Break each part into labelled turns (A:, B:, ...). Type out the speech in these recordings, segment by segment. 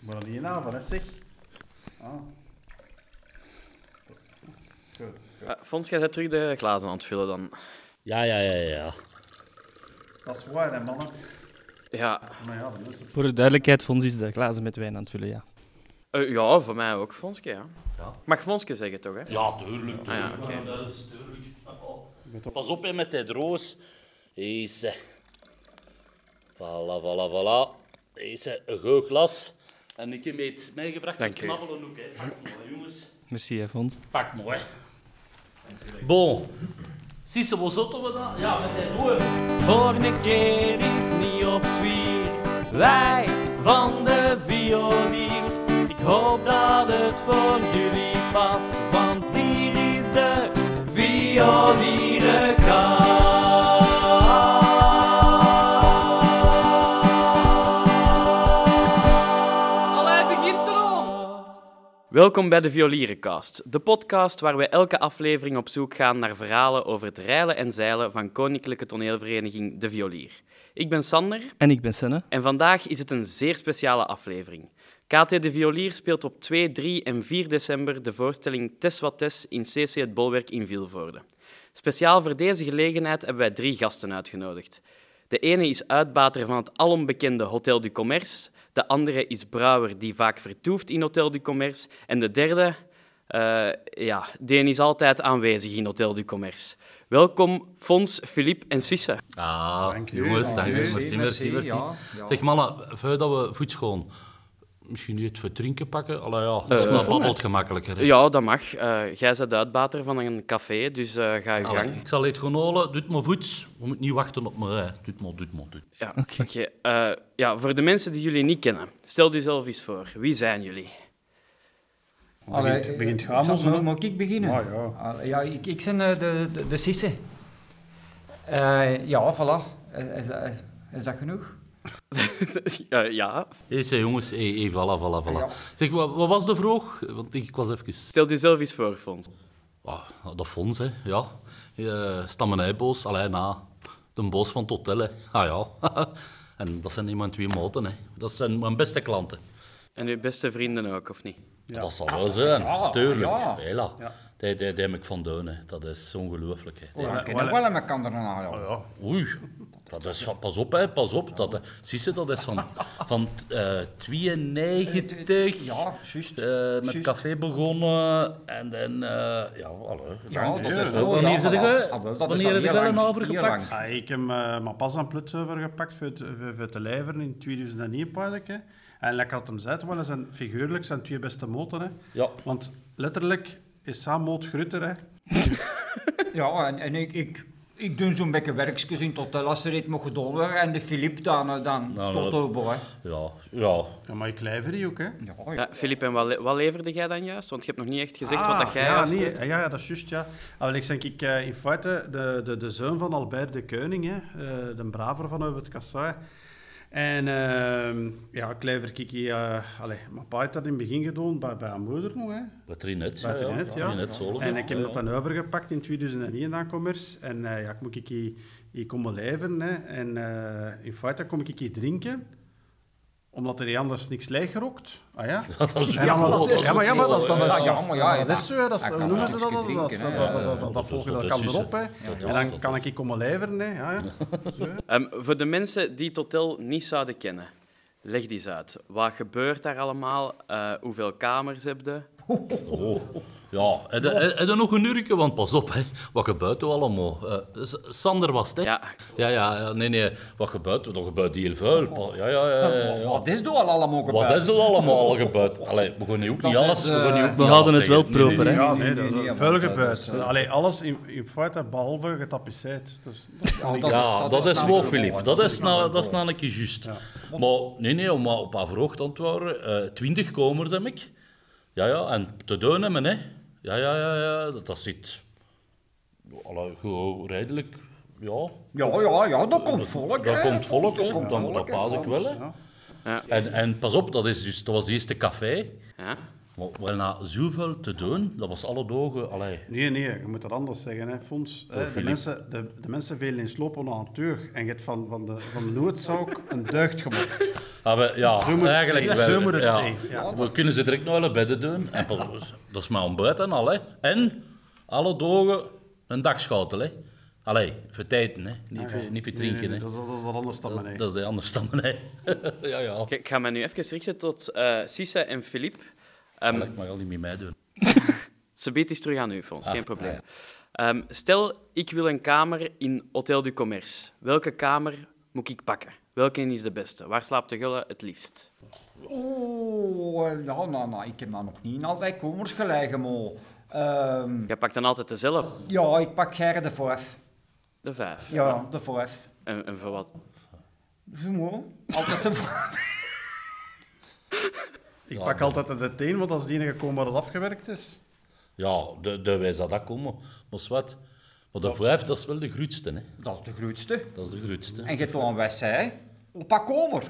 A: Maar dan die naam van, hè, zeg. Ah. Goed.
B: Eh, Fons, jij bent terug de glazen aan het vullen dan.
C: Ja, ja, ja, ja.
A: Dat is waar, hè, mannen.
B: Ja,
A: Maar ja, dat is het.
D: Voor de duidelijkheid, Fons is de glazen met wijn aan het vullen, ja.
B: Eh, ja voor mij ook, Fonske, ja.
C: Ja.
B: Mag Fonske zeggen, toch, hè? Ah,
C: Ja, tuurlijk. tuurlijk.
B: ja, oké.
C: dat is tuurlijk. Pas op hè, met die roos. Deze. Voilà, voilà, voilà. Deze, een goed glas. En ik heb het meegebracht.
B: Dank u.
C: Knabbelen ook, hè. Pak mooi, jongens.
D: Merci, hè, Fons.
C: Pak mooi. Bon. Sisse, wat zotten we dan? Ja, met die roos.
E: Volgende keer is niet op zwier. Wij van de violier. Ik hoop dat het voor jullie past, want hier is de Allee, begint erom!
B: Welkom bij de Violierencast, de podcast waar wij elke aflevering op zoek gaan naar verhalen over het reilen en zeilen van Koninklijke Toneelvereniging De Violier. Ik ben Sander
D: En ik ben Senne.
B: en vandaag is het een zeer speciale aflevering. KT De Violier speelt op 2, 3 en 4 december de voorstelling Tes wat Tes in CC Het Bolwerk in Vilvoorde. Speciaal voor deze gelegenheid hebben wij drie gasten uitgenodigd. De ene is uitbater van het alombekende Hotel du Commerce, de andere is brouwer die vaak vertoeft in Hotel du Commerce en de derde, eh, ja, die is altijd aanwezig in Hotel du Commerce. Welkom Fons, Philippe en Sisse.
C: Ah,
A: Dank u,
C: jongens,
A: dank
C: dank
A: u.
C: u. Merci, merci,
A: Merci,
C: merci.
A: ja, ja.
C: Zeg mannen, vuil dat we voetschoon. Misschien niet voor drinken pakken. Allee, ja, dat
A: Eh,
C: is wel babbelt gemakkelijker. hè.
B: Ja, dat mag. Eh, jij bent uitbater van een café, dus eh, ga je
C: Allee,
B: gang.
C: ik zal het gewoon halen. Doet maar voets. We moeten niet wachten op me. hè. Doet maar, doet maar, doet.
B: Ja, oké. Eh, ja, voor de mensen die jullie niet kennen, stel jezelf eens voor. Wie zijn jullie?
A: Begint, begint Gamos, hè?
F: Zal- Mag eh, ik beginnen?
A: Ah, ja.
F: Ah, ja, ik, ik ben eh, de, de, de Sisse. Eh, ja, voilà. Is, is, dat- is dat genoeg?
B: Eh, ja,
C: Hé, zeg, jongens. Hé, hé, voilà, voilà, voilà.
F: Ja.
C: Zeg, wat, wat was de vraag? Want ik, ik was even...
B: stel jezelf eens voor, Fons.
C: Ah, dat fonds, hè. Ja. Eh, Stammenijboos. Allee, na. De boos van het hotel, hè. Ah ja. en dat zijn iemand twee maten, hè. Dat zijn mijn beste klanten.
B: En uw beste vrienden ook, of niet?
C: Dat zal wel zijn, tuurlijk.
F: Ah, ja.
C: Hela. Die, die, die heb ik van doen, hè. dat is ongelooflijk. hè.
F: Oh, we kennen wel met elkaar daarna, ja.
A: Ah,
C: Oei, dat is van, pas op, hè, pas op. Dat, eh, zie je, dat is van, van eh, 92.
F: Ja, juist.
C: eh, met
F: Juist.
C: café begonnen en dan, eh, ja, allee.
F: Ja,
C: Dan-
F: dat
C: dan-
F: is
C: dan-
F: wel-
C: Wanneer
F: ja,
C: zit je?
F: voilà. Ah, wel, dat is
C: Wanneer
F: al
C: heb je
F: heel
C: wel
F: lang,
C: een
F: heel
C: overgepakt?
F: lang.
A: Ah, ik heb eh, mijn pas aan Plutserver gepakt voor het- voor- voor het lijveren in 2001 pijnlijk, hè. En lekker had hem zei, het wel, dat zijn figuurlijk zijn twee beste moten. Hè.
C: Ja.
A: Want letterlijk is Sam Moot grutter. Hè.
F: Ja, en, en ik, ik, ik doe zo'n beetje werkjes in tot de lasterit mocht gedaan worden. En de Filip dan, eh, dan
C: Nou,
F: stond
C: dat-
F: open, hè.
C: Ja, ja.
A: Ja, maar ik lijver die ook. Hè.
F: Ja, ja.
B: Ja, Ah, Filip, en wat, le- wat leverde jij dan juist? Want je hebt nog niet echt gezegd wat dat jij
A: Ah,
B: eh,
A: ja,
B: juist
A: nee,
B: deed.
A: ja, ja, dat is juist. Ja. Ah, wel, ik denk ik, eh, in feite de, de, de zoon van Albert de Keuning, hè, eh, de braver van over het Kassai. En ehm, ja, ik lijver Kiki, eh allee, mijn pa heeft dat in het begin gedaan, bij, bij haar moeder nog. Hè.
C: Wat er net,
A: Bij
C: ja,
A: Trinet,
C: ja.
A: ja.
C: Trinet Solomon,
A: En ik heb
C: ja.
A: dat dan overgepakt in 2001 aan commerce. En eh, ja, ik moet ik hier, hier komen lijven. Hè. En eh, in feite kom ik hier drinken omdat er hier anders niks leeg gerookt. Ah ja?
C: Dat is
A: En dan-
C: wel- dat is
A: ja, maar ja, maar dat, dat is...
F: Ja, ja, maar ja, ja,
A: dat is zo, hè, dat is,
F: dat
A: hoe
F: kan
A: noemen ze
F: een
A: dat?
F: stukje
A: Dat,
F: drinken,
A: dat, dat,
F: hè.
A: dat, dat,
C: Ja, dat
A: dat
C: is-
A: volgen,
C: dat
A: dat
C: is
A: kan
C: juist,
A: erop, hè.
C: hè. Dat
A: En
C: is-
A: dan
C: dat
A: kan
C: is-
A: ik hier komen lijveren, hè. Ja, ja.
B: Ehm, voor de mensen die het hotel niet zouden kennen, leg die eens uit. Wat gebeurt daar allemaal? Eh, hoeveel kamers heb je?
C: Oh. Ja, en, en, en dan nog een urke, want pas op, hè. wat gebeurt er allemaal? Eh, S- Sander was het, hè?
B: Ja.
C: ja, ja, ja, nee, nee, wat gebeurt er? Dat gebeurt heel vuil. Pa- Ja, ja, ja, ja, ja.
F: Wat is dat al allemaal gebeurd?
C: Wat is er allemaal gebeurd? Allee, we gaan nu ook niet
F: Dat
C: alles...
F: is,
C: We, gaan nu ook
F: eh,
D: We
C: niet
D: houden
C: alles
D: het wel
C: zeggen. Nee, nee,
D: proper, hè.
A: Ja,
F: nee,
A: nee,
F: nee,
A: dat
F: nee,
A: is
F: want
A: vuil
F: dat
A: gebeurd.
F: is, eh,
A: Allee, alles in, in feite, behalve getapiceerd. Dus,
F: Ja, dat
C: Ja, dat, is
F: nou
C: wel,
F: gewoon
C: Filip.
F: wat.
C: Dat is, nou, dat is namelijk juist. Maar nee, nee, om maar op haar verhoogd te antwoorden. eh, Twintig komers heb ik. Ja, ja, en te doen hebben, hè. Ja, ja, ja, ja, dat, dat zit... Allee, gewoon redelijk, ja.
F: Ja, ja, ja, dat komt volk,
C: Dat
F: hè.
C: komt volk, hè.
F: Dat komt
C: Dat, dat,
F: volk, hè,
C: paas ik
F: soms.
C: wel, hè.
B: Ja.
C: En, en pas op, dat, is dus, dat was eerst de café.
B: Ja?
C: Maar wel na zoveel te doen, dat was alle dagen... Allee,
A: Nee, nee, je moet dat anders zeggen, hè, Fons. Hè, de,
C: Filip.
A: mensen, de, de mensen velen in slopen aan het deur. En je hebt van, van de, van de noodzaak een deugd gemaakt.
C: Ah, we- ja,
A: Zo moet het
C: eigenlijk
A: zijn.
C: wel.
A: Zo moet het
C: ja.
A: zijn, ja.
C: We kunnen ze direct naar de bedden doen. En pas- dat is maar ontbijt en al. Hè. En alle dagen een dagschotel. Hè. Allee, voor tijden, hè. Niet, voor, niet voor drinken.
A: Nee, nee,
C: hè.
A: dat, is, dat is wat anders dan
C: Dat,
A: mijn
C: dat is de andere stammen. Hè. ja, ja.
B: Ik ga me nu even richten tot eh Sissa en Filip. Ehm,
C: Ik mag al niet met mij doen.
B: Ze biedt is terug aan u, Fons. Geen
C: Ah,
B: probleem.
C: ah,
B: Ehm, stel, ik wil een kamer in Hotel du Commerce. Welke kamer moet ik pakken? Welke is de beste? Waar slaapt de gulle het liefst?
F: Oeh, eh, nou, nou, nou, ik heb nou nog niet in altijd komers gelegen, maar... ehm,
B: Jij pakt dan altijd dezelfde,
F: ja, ik pak Gerre de voorf.
B: de vijf.
F: Ja, de voorf.
B: En, en voor wat?
F: Zo mooi. Altijd de voorf.
A: Ik pak altijd de teen, want dat is de enige kom waar het afgewerkt is.
C: Ja, de, de wij zou dat komen. Maar wat. Maar de vijf, dat is wel de grootste. Hè.
F: Dat is de grootste.
C: Dat is de grootste.
F: En je hebt wel een wedstrijd op een komer.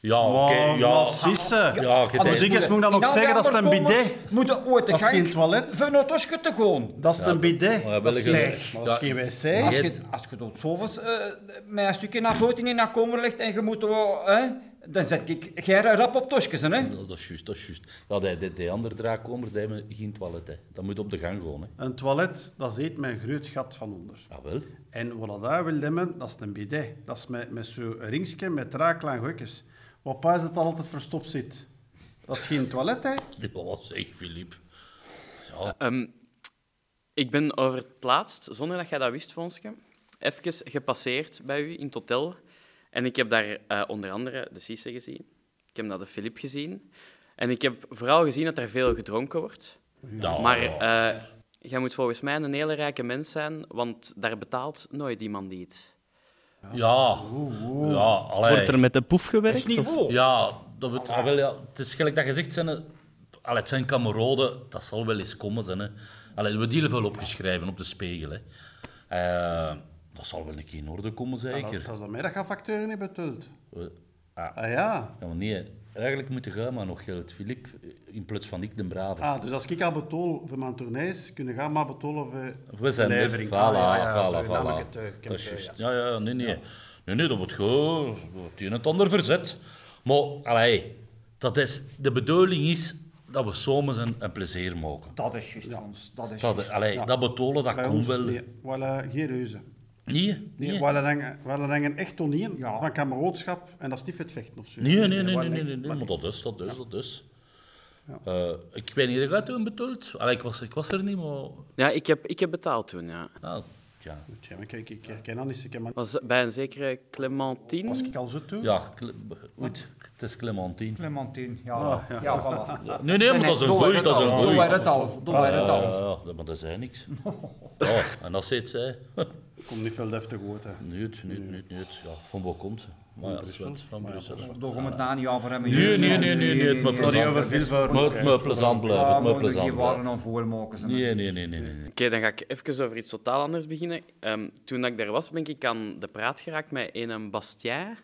C: Ja, oké.
A: Maar,
C: ja,
A: maar sissen.
C: ja, je
A: Ah, maar
C: denkt-
A: zie- Ziekes moet dan ook zeggen, dat is een bidet.
F: moeten ooit de
A: Dat is
F: gang
A: geen toilet.
F: van een tosje te gaan.
A: Dat is een bidet.
C: maar
A: dat is
C: België-
A: zeg. Maar dat is
C: Ja.
A: geen wc.
F: Als
C: je-
F: je, als je tot zoveel eh, met een stukje naar buiten in een komer ligt en je moet wel, hè, dan zet ik Gerre rap op tosjes, hè.
C: Ja, dat is juist, dat is juist. Ja, die, die, die andere draakkomer, die hebben geen toilet, hè. Dat moet op de gang gewoon, hè.
A: Een toilet, dat eet met een groot gat van onder.
C: Ah, wel.
A: En wat dat wil hebben, dat is een bidet. Dat is met, met zo'n ringsje met raaklijn gokjes. Wat pa is dat dat altijd verstopt zit? Dat is geen toilet, hè?
C: Dat was echt, Filip.
B: Ehm, ik ben over het laatst, zonder dat jij dat wist, Fonske, even gepasseerd bij u in het hotel. En ik heb daar eh, onder andere de Cisse gezien. Ik heb daar de Filip gezien. En ik heb vooral gezien dat er veel gedronken wordt.
C: Ja,
B: Maar
C: ja.
B: eh, jij moet volgens mij een hele rijke mens zijn, want daar betaalt nooit iemand iets.
C: ja, ja, allee.
D: Wordt er met de poef
F: Dat is
D: gewerkt?
F: niet
D: of-
F: waar.
C: Ja, dat bet- ah, wel, ja, het is gelijk dat gezegd zijn. hè. Allee, het zijn kameroden, dat zal wel eens komen zijn. Hè. Allee, we hebben veel opgeschreven op de spiegel. Hè. Eh, dat zal wel een keer in orde komen,
A: Dat,
C: zeker.
A: dat is dat mij dat je facturen niet betaald.
C: We- Ah,
A: Ah ja.
C: ja, maar nee, eigenlijk moeten gaan maar nog geld, Filip, in plaats van ik de brave.
A: Ah, dus als ik al betool voor mijn tournees, kunnen gaan maar betolen voor
C: We zijn er. Voilà,
A: levering. Ah, ja, ja,
C: voilà,
A: voor je namelijk
C: voilà.
A: het, eh, kent,
C: Dat is
A: eh, ja.
C: juist. Ja, ja, nee, nee. Nee, nee, dat wordt gewoon dat wordt het een en het ander verzet. Maar, allee, dat is, de bedoeling is dat we samen zijn en plezier mogen.
F: Dat is juist, Fons. Dat is
C: Dat,
F: juist.
C: allee, dat betolen, dat
A: Bij
C: komt
A: ons,
C: wel.
A: nee, we willen geen reuzen.
C: Nee?
A: Nee,
C: Nee?
A: We hangen, we hangen echt tonien
F: Ja.
A: van kameraadschap en dat is niet voor het vechten of zo.
C: Nee, nee, nee,
A: we
C: nee,
A: willen-
C: nee, nee, nee,
A: maar-
C: maar dat is, dat is, dat is. Eh, ik weet niet, gaat toen betoeld? Allee, ik was, ik was er niet, maar...
B: Ja, ik heb, ik heb betaald toen, ja.
C: Ah, ja.
A: Tja, maar kijk, ik herken dat niet. Ik heb maar-
B: Was bij een zekere Clementine.
A: Was ik al zo toe?
C: Ja, Cle- goed, het is Clementine.
F: Clementine, ja.
A: Ah,
F: ja.
A: ja.
F: voilà.
C: Nee, nee, maar dat is een goeie, dat is een
F: Doe
C: goeie.
F: wij het al, doe wij het
C: Ja,
F: al.
C: ja, ja, maar dat zei niks. Ja, en dat zei het zij.
A: Komt niet veel deftig woord, hè.
C: Nuut, nuut, nuut, nuut. Ja, van waar komt ze? Maar ja, dat is wat, van Brussel.
F: Daar gaan we het na niet over hebben.
C: Nee, nee, nee, nee, nee, het moet
A: Sorry
C: plezant.
A: over veel voor.
C: Maar het moet plezant blijven, het
F: maar
C: moet plezant
F: waren
C: blijven.
F: aan dus voormaken. ze
C: Nee,
F: mensen.
C: nee, nee, nee, nee. nee.
B: Oké, dan ga ik even over iets totaal anders beginnen. Ehm, toen dat ik daar was, ben ik aan de praat geraakt met een Bastien,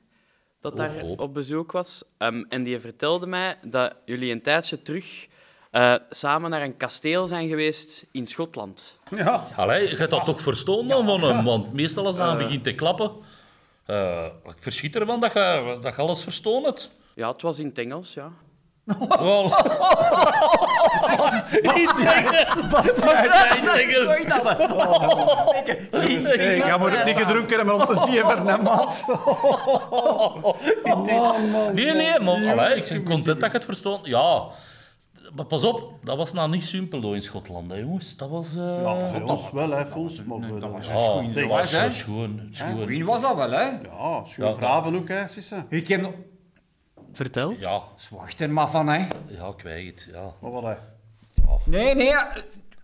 B: dat daar
C: Oh, oh.
B: op bezoek was. Ehm, en die vertelde mij dat jullie een tijdje terug eh, samen naar een kasteel zijn geweest in Schotland.
A: Ja.
C: Allee, je hebt dat toch verstaan dan van hem? Want meestal als hij begint te klappen, eh, ik verschiet ervan dat je, dat je alles verstaan hebt.
B: Ja, het was in het Engels, ja.
C: Wel. Bas,
A: Hey, ga maar ook niet gedronken hebben om te zien van een maat. Man, man.
C: Nee, nee, maar allee, ik ben content dat je het verstond. Ja, maar pas op, dat was nou niet simpel hoor, in Schotland, hè, jongens. Dat was... eh,
A: Ja, voor ons wel, hè, Fons. Maar voor de-
F: was-
A: ja,
C: ja,
F: schoen,
C: dat
F: zeg,
C: was
F: hè?
C: schoon.
F: Wie
C: schoon.
F: was dat wel, hè?
A: ja, schoon graven ook, hè, Sisse.
F: Ik heb nog...
D: Vertel.
C: Ja,
F: Wacht er maar van, hè.
C: ja, ik weet het, ja.
A: Maar wat, hè.
F: Nee, nee,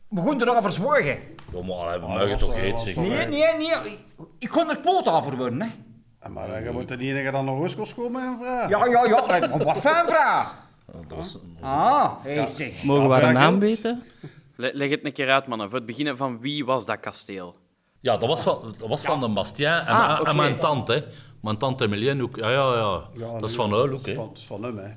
F: begon erover zwoegen.
C: Ja, maar allee, we mogen
A: was-
C: toch
A: Ah, dat
C: heet
A: was
C: zeggen.
A: toch-
F: Nee,
A: Nee.
F: nee, nee. Ik kon er poot aan voor worden, hè.
A: En Maar eh, je moet de enige dan nog eens gaan schoon met een vraag.
F: Ja, ja, ja. maar Wat fijn vraag.
C: Dat was...
F: Ah, hé, zeg.
D: Mogen we haar
A: Afgerakeld.
D: naam weten?
B: Le- leg het een keer uit, mannen. Voor het beginnen van wie was dat kasteel?
C: Ja, dat was van, dat was van de Bastien en,
B: Ah,
C: en
B: oké.
C: mijn tante. hè. Mijn tante Emilienne ook. Ja, ja, ja.
A: Ja,
C: dat is
A: nee,
C: van Uil ook,
A: dat is
C: hè.
A: Van, dat is van hem, hè.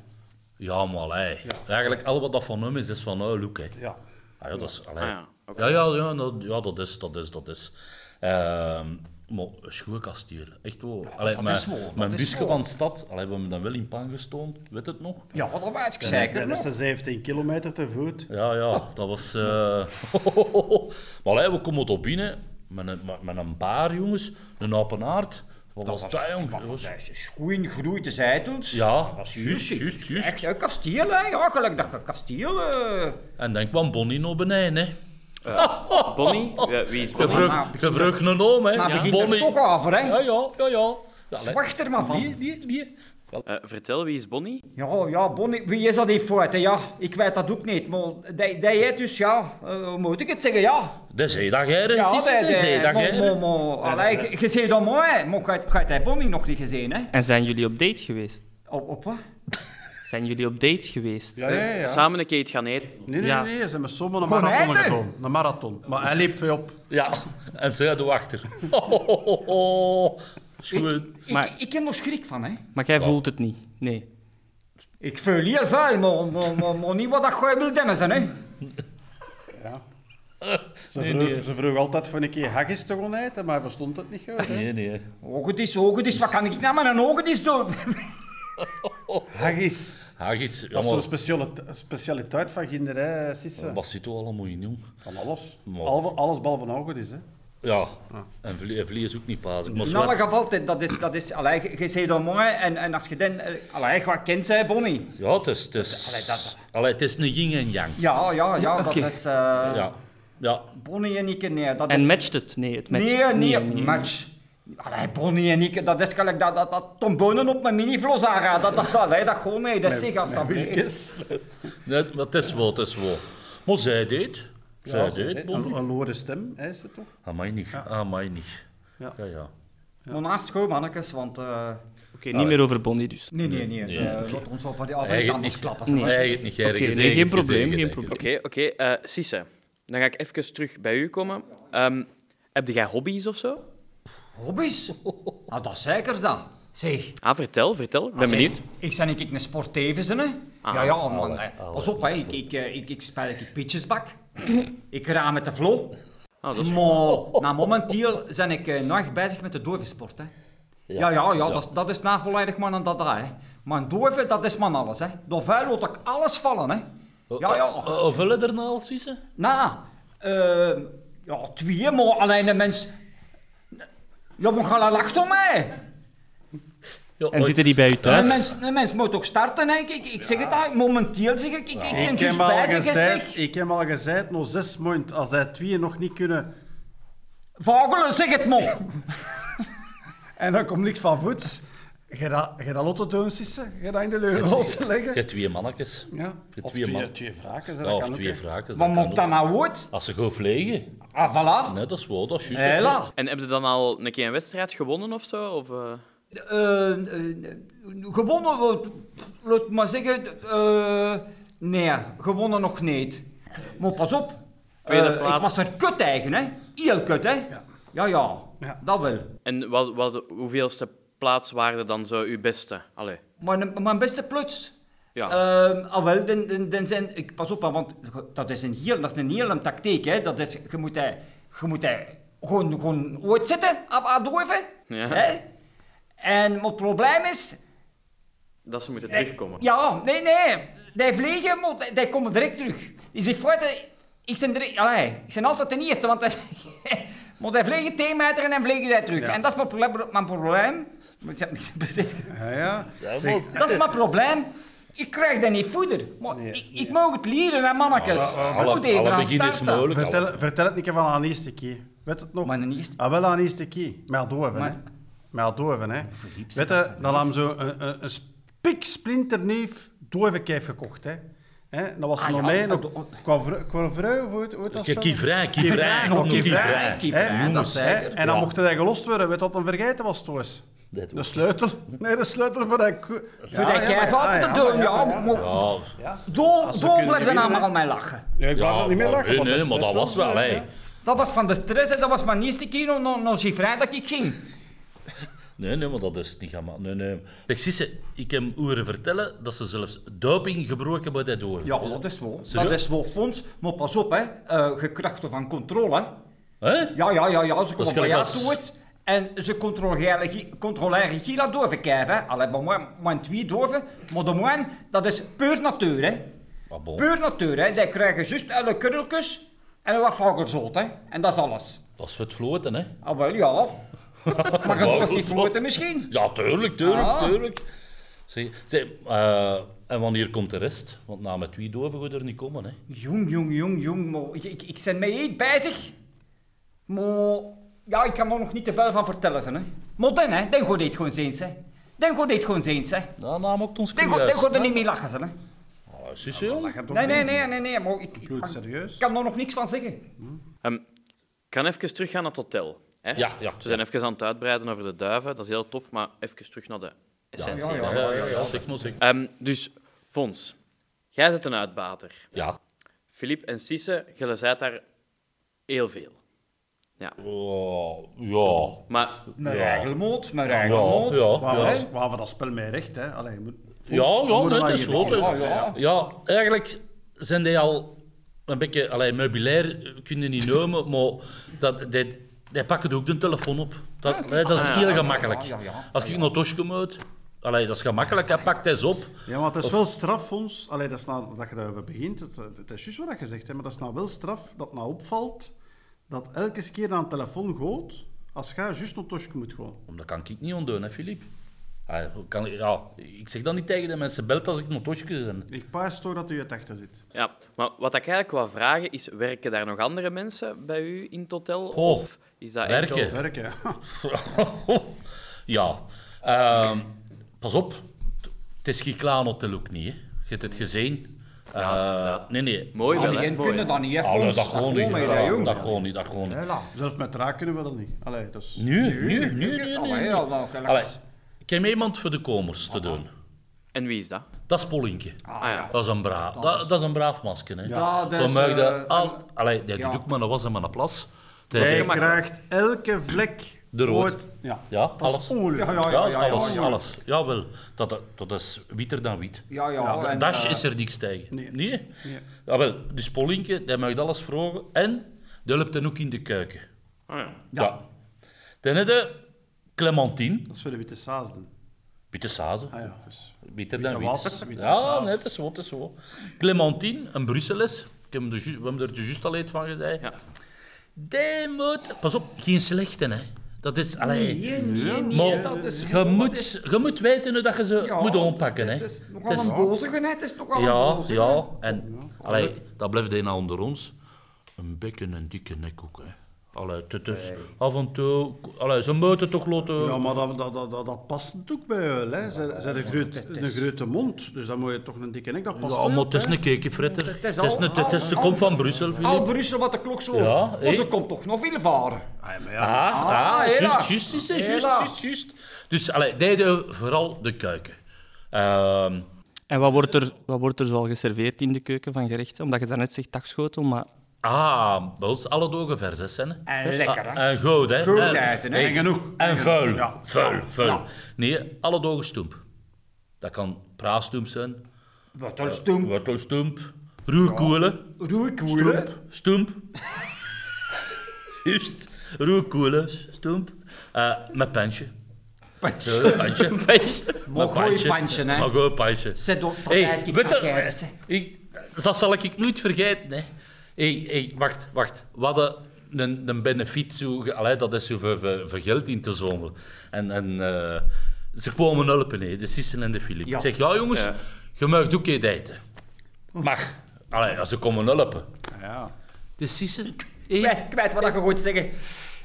C: Ja, maar allee. Eigenlijk, al wat dat van hem is, is van Uil ook, hè.
A: Ja.
C: Ah, ja, dat is, allee.
B: Ah, ja,
C: ja, ja, ja, dat, ja, dat is, dat is, dat is. Ehm, Maar een schoenkasteel, echt wel. Allee,
F: dat
C: mijn
F: is wel, dat
C: mijn
F: is
C: busje
F: wel.
C: van de stad, allee, we hebben hem dan wel in pan gestoond, weet het nog?
F: Ja, dat weet ik
A: Dat
F: zeker
A: is
F: nog.
A: de 17 kilometer te voet.
C: Ja, ja, dat was... eh, maar allee, we komen tot binnen met een, met, met een baar, jongens. Een apenaard. Wat was dat, jong? Dat was-
F: Dat is groen groeit de zijtels.
C: Ja,
F: dat is
C: juist, juist, juist.
F: Echt een kasteel, hè? Ja, gelijk dat je kasteel. eh.
C: En dan kwam Bonnie naar beneden, hè.
B: Bonnie? Ja, wie is Bonnie?
F: maar
C: Gevreugd
F: begin
C: gevreugd een oom, hè.
F: Maar
C: Ja.
F: begin er toch over, hè?
C: Ja, ja, ja, ja. ja allee.
F: Wacht er maar
C: Nee,
F: van.
C: nee, nee.
B: Eh, vertel, wie is Bonnie?
F: Ja, ja, Bonnie, wie is dat in feite? Ja, ik weet dat ook niet, maar dat dat jij dus, ja, eh, hoe moet ik het zeggen, ja.
C: De zeedag, hè. Ja,
F: ja, dat-
C: de
F: dat-
C: zeedag,
F: maar-
C: hè.
F: maar- maar, allee, je- Je ziet dat mooi, hè, maar je hebt dat Bonnie nog niet gezien, hè?
D: En zijn jullie op date geweest?
F: Op, op wat?
D: Zijn jullie op date geweest?
A: Ja, ja, ja.
B: Samen een keer iets gaan eten.
A: Nee, nee,
D: Ja.
A: nee. Ze hebben sommen een
F: Gewoon
A: marathon
F: eten?
A: gedaan. Een marathon. Maar hij liep veel op.
C: Ja, en zij de wachter. Schoen.
F: Ik,
D: Maar-
F: ik heb nog schrik van, hè.
D: Maar jij voelt het niet. Nee.
F: Ik voel heel vuil, maar, maar, maar, maar niet wat dat jij wil demmen, zijn, hè.
A: Ze,
C: Nee,
A: vroeg,
C: nee.
A: ze vroeg altijd voor een keer haggis te gaan eten, maar hij verstond het niet goed. hè.
C: Nee, nee.
F: Ogen is, ogen is, wat kan ik nou met een ogen is doen?
A: Haggis.
C: Haggis. Ja,
A: Dat is
C: maar-
A: zo'n speciale- specialiteit van Ginder, hè, Sisse.
C: Wat zit er allemaal in, jong?
A: Van alles.
C: Maar-
A: Alles, alles behalve een goed is, hè.
C: Ja, en vlie, en vlie is ook niet paasig.
D: Nou,
C: Maar
F: In alle
C: zwart.
F: geval, dat- dat is, dat is, allee, je- je ziet dat mooi, en, en als je dan, eh, allee, wat kent zij, Bonnie?
C: Ja, het is, het is,
F: Allee, dat-
C: allee, het is een yin en yang.
F: Ja, ja, ja, dat
D: Oké.
F: is... eh,
C: Ja, ja.
F: Bonnie en ik, nee, dat
D: En
F: is...
D: matcht het? Nee, het matcht
F: nee, nee,
D: niet.
F: match. Allee, Bonnie en ik, dat is gelijk dat, dat, dat Tom Bonen op mijn mini-vlos aanraadt. Dat, dat, allee, dat gewoon mee, dat zeg als dat mee.
C: Nee, maar het is wel, het is wel. Maar zij deed. Zij deed,
A: Een,
C: Bonnie.
A: een lore stem, hè, is het toch?
C: Amai niet, amai niet.
A: Ja.
C: Ja, ja.
F: Maar naast gewoon mannetjes, want... eh,
D: Oké, niet meer over Bonnie dus.
F: nee, nee, nee,
C: Nee,
F: eh, laat ons op die afwerking
C: Eigenlijk
F: anders
C: niet.
F: klappen.
D: Nee.
F: zeg.
C: Hij heeft niet, jij
D: Oké,
C: hebt
D: nee,
C: gezegd,
D: geen probleem,
C: gezegd,
D: geen
C: gezegd.
D: probleem.
B: Oké, oké. eh, Sisse, dan ga ik even terug bij u komen. Ehm, heb jij hobby's of zo?
F: Hobby's? Ah, dat is zeker dan. Zeg,
B: Ah, vertel, vertel. Ik ben benieuwd.
F: Ik ben ik een sporteven, hè?
B: Ah,
F: ja, ja, man. hè.
C: alle
F: Pas op, hè. Ik, ik, eh, ik, ik speel ik pitjesbak. ik raam met de vlo.
B: Ah, dat is...
F: Maar, maar momenteel ben ik eh, nog bezig met de dovensport, hè. Ja, ja, ja, Dat, is- dat is na volledig man aan dat, dat, hè. Maar doven, dat is man alles, hè. Door vuil laat ik alles vallen, hè.
B: Oh,
F: Ja, ja.
C: Eh, Hoeveel er nou al, Sisse?
F: Na, eh, ja, twee, maar alleen de mens... Ja, maar ga lacht om mij.
C: Ja,
D: En
C: oi.
D: zitten die bij u
F: Een
D: thuis?
F: mens, een mens moet toch starten, hè? Ik, ik, ik zeg het eigenlijk, momenteel zeg ik, ik, ik ben
A: Ik
F: juist
A: heb, al
F: bezig, hè,
A: gezegd,
F: zeg.
A: ik heb al gezegd, nog zes maanden, als die twee nog niet kunnen...
F: Vogelen, zeg het maar.
A: En dan komt niks van voets. Je dat je dat lotto doen, Sisse? Je dat in de leugen op te
C: Je
A: leggen?
C: hebt twee mannetjes.
A: Ja.
C: Je
A: Of
C: twee
A: twee,
C: man-
A: twee vragen, hè,
C: Ja,
A: dat
C: of
A: kan ook,
C: twee
A: hè.
C: vragen.
F: Wat moet dat nou ooit?
C: Als ze gaan vliegen.
F: Ah, voilà.
C: Nee, dat is wel, dat is juist. dat is
F: Hela.
C: juist.
B: En heb je dan al een keer een wedstrijd gewonnen of zo? Of, eh?
F: Eh, eh, gewonnen, wordt- laat maar zeggen, eh, nee, gewonnen nog niet. Maar pas op,
B: Tweede
F: eh,
B: plaats.
F: ik was er kut eigen, hè. Heel kut, hè. Ja, ja,
A: Ja.
F: dat wel.
B: En wat, wat, hoeveelste plaats waren dan zo uw beste? Allee.
F: Mijn, mijn beste pluts.
B: Ja.
F: Ehm, ah, wel, dan, dan, dan zijn... Ik, pas op, hè, want ge- dat is een heel, dat is een hele tactiek, hè. Dat is... Je moet hij... Je moet hij gewoon, gewoon ooit zitten, op adoven.
B: Ja.
F: Hè? En maar het probleem is...
B: Dat ze moeten
C: Eh,
B: terugkomen.
F: Ja, nee, nee. Die vliegen, maar die- die komen direct terug. Dus in feite... Ik ben, direct, allee, ik ben altijd de eerste, want... die- maar die vliegen 10 meter en dan vliegen die terug. En dat is mijn probleem. Mijn probleem ik zeg- ik zeg-
A: Ja, ja. Zeg,
F: dat is mijn probleem. Ik krijg dat niet voeder. Maar ik, ik mag het leren, hè, mannetjes. Ik moet
C: Alle,
F: even
C: alle
F: aan
C: begin is
F: starten.
C: mogelijk. alle-
A: vertel, vertel het een keer van aan de eerste keer. Weet het nog?
F: Maar een eerste-
A: Ah, wel aan de eerste keer. Met Aldoven, hè.
F: Maar-
A: Met Aldoven, hè. Weet je, dan hadden we zo een, een, een spiksplinterneef dovenkeef gekocht, hè. Hè? Dat was
F: Ah,
A: nog
F: ja,
A: mee.
F: dat-
A: nog- Qua vrou- qua vrouw, hoe heet- hoe heet dat
C: Ja,
A: spel?
C: kievrij, kievrij,
A: Kievrij,
C: kom,
A: nog kievrij,
C: kievrij.
A: hè,
F: Kievrij, dat
A: jongens, hè.
F: zeker.
A: En dan
C: Ja.
A: mocht hij gelost worden. Weet je wat hem vergeten was, Toos?
C: Dat
A: De
C: ook.
A: sleutel. Nee, de sleutel voor dat... Voor
F: Voor die kijf altijd te doen, ah, ja. maar
C: Ja,
F: Door
A: Als we
F: door
A: kunnen
F: blijft er
A: winnen,
F: allemaal
A: hè.
F: aan mij lachen.
A: Ja, ik blijf
C: ja,
A: er niet meer
C: maar-
A: lachen.
C: nee,
A: want
C: nee,
A: is-
C: maar dat
A: is
C: was wel,
A: zo,
C: hè.
F: Dat was van de stress en dat was mijn eerste keer naar- naar naar Givrij dat ik ging.
C: Nee, nee, maar dat is niet gaan. Nee, nee. Zeg, Sisse, ik heb horen vertellen dat ze zelfs doping gebroken bij dat door.
F: Ja, dat is wel. Dat
C: Serieus?
F: is wel fonds. Maar pas op, hè. eh, Je krachten van controle, hè.
C: Hè?
F: Ja, ja, ja, ja. Ze
C: Dat is
F: komen bij
C: gelijk
F: jou
C: als-
F: toe eens. En ze controleren Gi- controleren Gila Doven kijven. hè. Allee, maar moi- moi twee Doven. Maar de moine, dat is puur natuur, hè.
C: Ah, bon.
F: Puur natuur, hè. Die krijgen juist alle kurreltjes en wat vogelzoot, hè. En dat is alles.
C: Dat is vet floten, hè?
F: Ah, wel, ja. Maar
C: Ja,
F: je mocht
C: goed,
F: niet floten misschien.
C: Ja, tuurlijk, tuurlijk,
F: Ah.
C: tuurlijk. Zeg, zeg, eh, en wanneer komt de rest? Want na met wie doven we er niet komen, hè?
F: Jong, jong, jong, jong. maar Ik, ik, ik ben mee eet bezig. Maar ja, ik kan er nog niet te veel van vertellen. Ze, hè. Maar dan, hè, dan gaat dit gewoon eens. Hè. Dan gaat dit gewoon eens. Hè.
C: Nou, na maakt ons
F: Dan,
C: kruis.
F: gaat- dan gaat er niet mee lachen. Ze, hè.
C: Ah, zie je, jong?
F: Nee, nee, nee, nee, nee. Maar ik, ik,
A: Bloed
F: ik
A: serieus.
F: kan er nog niks van zeggen.
B: Ehm, ik kan even terug gaan naar het hotel. Hè?
C: Ja, ja.
B: Ze zijn even aan het uitbreiden over de duiven. Dat is heel tof, maar even terug naar de essentie.
C: Ja, ja, ja, ja, zeg maar, zeg.
B: Ehm, dus, Fons, jij zit een uitbater.
C: Ja.
B: Filip en Sisse, jullie zijt daar heel veel. Ja.
C: Oh, ja.
B: Maar
F: Mijn
C: Ja.
F: eigen moed, mijn
C: Ja,
F: eigen
C: ja,
F: moed.
C: ja.
A: Waar
C: Ja,
A: we waar we dat spel mee recht, hè? Allee, je moet-
C: ja,
A: Moet
C: nee,
A: maar
C: dat is
A: je-
C: goed. hè.
F: Ja, ja.
C: Ja, eigenlijk zijn die al een beetje... Allee, meubilair eh, kunnen niet noemen, maar dat, die, die pakken ook de telefoon op. Dat, allee, dat is
B: Ah,
C: heel
B: ja,
C: gemakkelijk.
F: ja, ja.
C: Als ik naar Tosh kom uit... Allee, dat is gemakkelijk. Hij pakt eens op.
A: Ja, maar het is wel straf, ons. Allee, dat is nou, dat je daarover begint. Het, eh, het is juist wat je zegt, hè, maar dat is nou wel straf dat nou opvalt dat elke keer aan de telefoon gooit als je juist naar Toshke moet gaan.
C: Dat kan ik niet ontdoen, hè, Filip. Ah, kan, ja, ik zeg dat niet tegen de mensen. Belt als ik naar Tosh ben.
A: Ik paas toch dat u het achter zit.
B: Ja, maar wat ik eigenlijk wou vragen is, werken daar nog andere mensen bij u in het hotel?
C: Goh,
B: of is dat enkel-
C: werken.
A: Werken.
C: ja. Ehm, pas op. Het is geen klaar op de look niet, hè. Je hebt het gezien. Eh,
B: Ja,
C: nee, nee. Ah,
B: Mooi wel,
F: Maar
B: hè?
F: die
B: Mooi, hè?
F: kunnen dat niet, hè,
C: Alle,
F: Fons.
C: dat gewoon niet.
F: kon je,
C: ja,
F: hè, jong.
C: dat gewoon niet, dat gewoon niet.
F: Hela.
A: Zelfs met raak kunnen we dat niet. Allee, dus- dat is...
C: Nu, nu, nu, nu,
F: nu.
C: nu.
F: Allee,
C: nu.
F: ja, wel, gelijk.
C: Allee, ik heb iemand voor de komers te doen.
B: En wie is dat?
C: Dat is Polinkje.
B: Ah ja.
C: Dat is een braaf, dat, dat is een braaf masker. Hè.
F: Ja, dat
C: Dan
F: is,
C: mag je
F: eh,
C: al, allee, dat
F: ja.
C: doet ook maar een was en maar een plas. Dat is-
A: Hij
B: gemakkelijk.
A: krijgt elke vlek
C: De rood.
A: ooit- Ja,
C: Ja,
A: dat
C: alles.
A: is ongelooflijk.
F: Ja, ja,
C: Ja, alles,
F: ja.
C: alles. Jawel, dat, dat, dat is wieter dan wit.
F: Ja, ja. en,
C: Dash
F: eh,
C: is er niks tegen.
A: nee.
C: Jawel, dus Polinke, die mag alles vragen. En die loopt dan ook in de keuken.
B: Ah, ja.
C: Ja. Dan heb je Clementine,
A: Dat is voor de witte saas dan.
C: witte sazen,
A: Ah ja, dus...
C: wieter dan
A: Witte was,
C: wit.
A: witte
C: Ja,
A: saas.
C: net is zo, het is zo. Clementine, een Brusseles. Ik heb hem er ju- we hebben er juist al iets van gezegd.
B: Ja.
C: Die moet... Pas op, geen slechte, hè. Dat is... Allee,
F: Nee, nee, nee.
C: Maar
F: dat is
C: je, moet, je moet weten hoe dat je ze
F: Ja,
C: moet aanpakken.
F: Het
C: Hè.
F: is, is nogal
C: Het is-
F: een bozige, hè. Het is nogal een
C: ja,
F: bozige.
C: ja. En allee, dat blijft nou onder ons. Een bekken en dikke nek ook. Hè. Allee, het is af en toe... Allee, ze moeten toch laten...
A: Ja, maar dat, dat, dat, dat, dat past natuurlijk ook bij huil, hè. Ze, ze hebben een, groot, een grote mond, dus dan moet je toch een dikke nek, dat past
C: Ja,
A: wel,
C: maar het is
A: hè.
C: een kekenfretter.
F: Het
C: Het
F: is
C: is
F: al-
C: een- het is- Ze
F: al-
C: komt van Brussel,
F: Al
C: Filip.
F: Brussel wat de klok sloot.
C: Ja,
F: maar ze
C: hè?
F: komt toch nog willen varen.
A: Ah, ja, maar
C: Ah,
A: ja.
C: ah,
F: Ah, hela.
C: juist, juist, juist, juist,
F: Hela.
C: juist, juist. Dus allee, die doen vooral de kuiken. Ehm,
D: En wat wordt, er, wat wordt er zoal geserveerd in de keuken van gerechten? Omdat je daarnet zegt dagschotel, maar
C: ah, bij ons alle dogen vers, hè, Senne.
F: En Eh, lekker, hè.
C: Ah, En goed, hè.
F: Goed
C: En-
F: eten, hè.
A: En genoeg.
C: En vuil.
A: Ja.
C: Vuil, vuil. Nee, alle dagen stoemp. Dat kan praastoemp zijn, Eh,
F: Wat een stoem.
C: wortelstoemp, roerkoelen,
F: Roeikoelen.
C: stoemp. Juist, roerkoelen, stoemp. Eh, met pensje.
F: Pantje.
C: Eh, Pensje.
F: Maar
C: Met
F: gooi pensje, hè.
C: Maar gooi pensje.
F: Zet door dat
C: Hey,
F: uit die
C: weet je-
F: pakjes, hè.
C: ik, dat zal ik nooit vergeten. Hè. Hey, hey, wacht, wacht. Wat een, een, een benefiet, zo, ge- allee, dat is zo voor, voor- voor geld in te zomelen. En, en eh, ze kwamen helpen, hè, de Sissen en de Filip.
F: Ja.
C: Ik zeg, ja jongens,
B: Ja.
C: je mag ook eens eten. Mag. Allee, ja, ze komen helpen.
A: Ja.
C: De Sissen... hey,
F: Kwijt, kwijt wat je goed zeggen.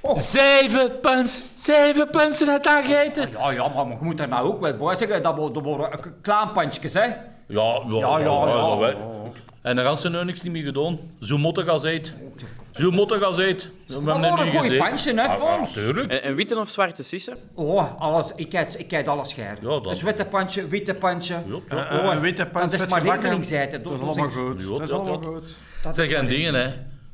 F: Oh.
C: Zeven pens, zeven pensen het aangeten.
F: Ja, ja, maar je moet er nou ook wel bij zeggen. Dat wo- dat worden k- klaanpantjes, hè.
C: Ja, ja,
F: Ja, ja, ja.
C: dat wij- En de ganse nu nou niks niet meer gedaan. Zo mottig als eet. Zo mottig als eet. Dat
F: worden goeie pantjes, hè, Fons?
C: Ah, Natuurlijk.
B: En, en witte of zwarte sissen?
F: Oh, alles, ik kijk, ik kijk alles scherp.
C: Ja, dat-
F: Dus witte pantje, witte pantje.
C: Ja,
A: Eh,
C: ja.
A: eh, een witte pans
F: dat Ah, oh, is
A: met
F: maar
A: gebakken.
F: lievelingseten,
A: Dat
F: toch?
A: is allemaal goed.
C: Ja,
A: Dat is
C: ja,
A: allemaal
C: ja.
A: goed.
F: Dat
C: Zeg,
F: is
C: en
F: maar-
C: dingen, hè.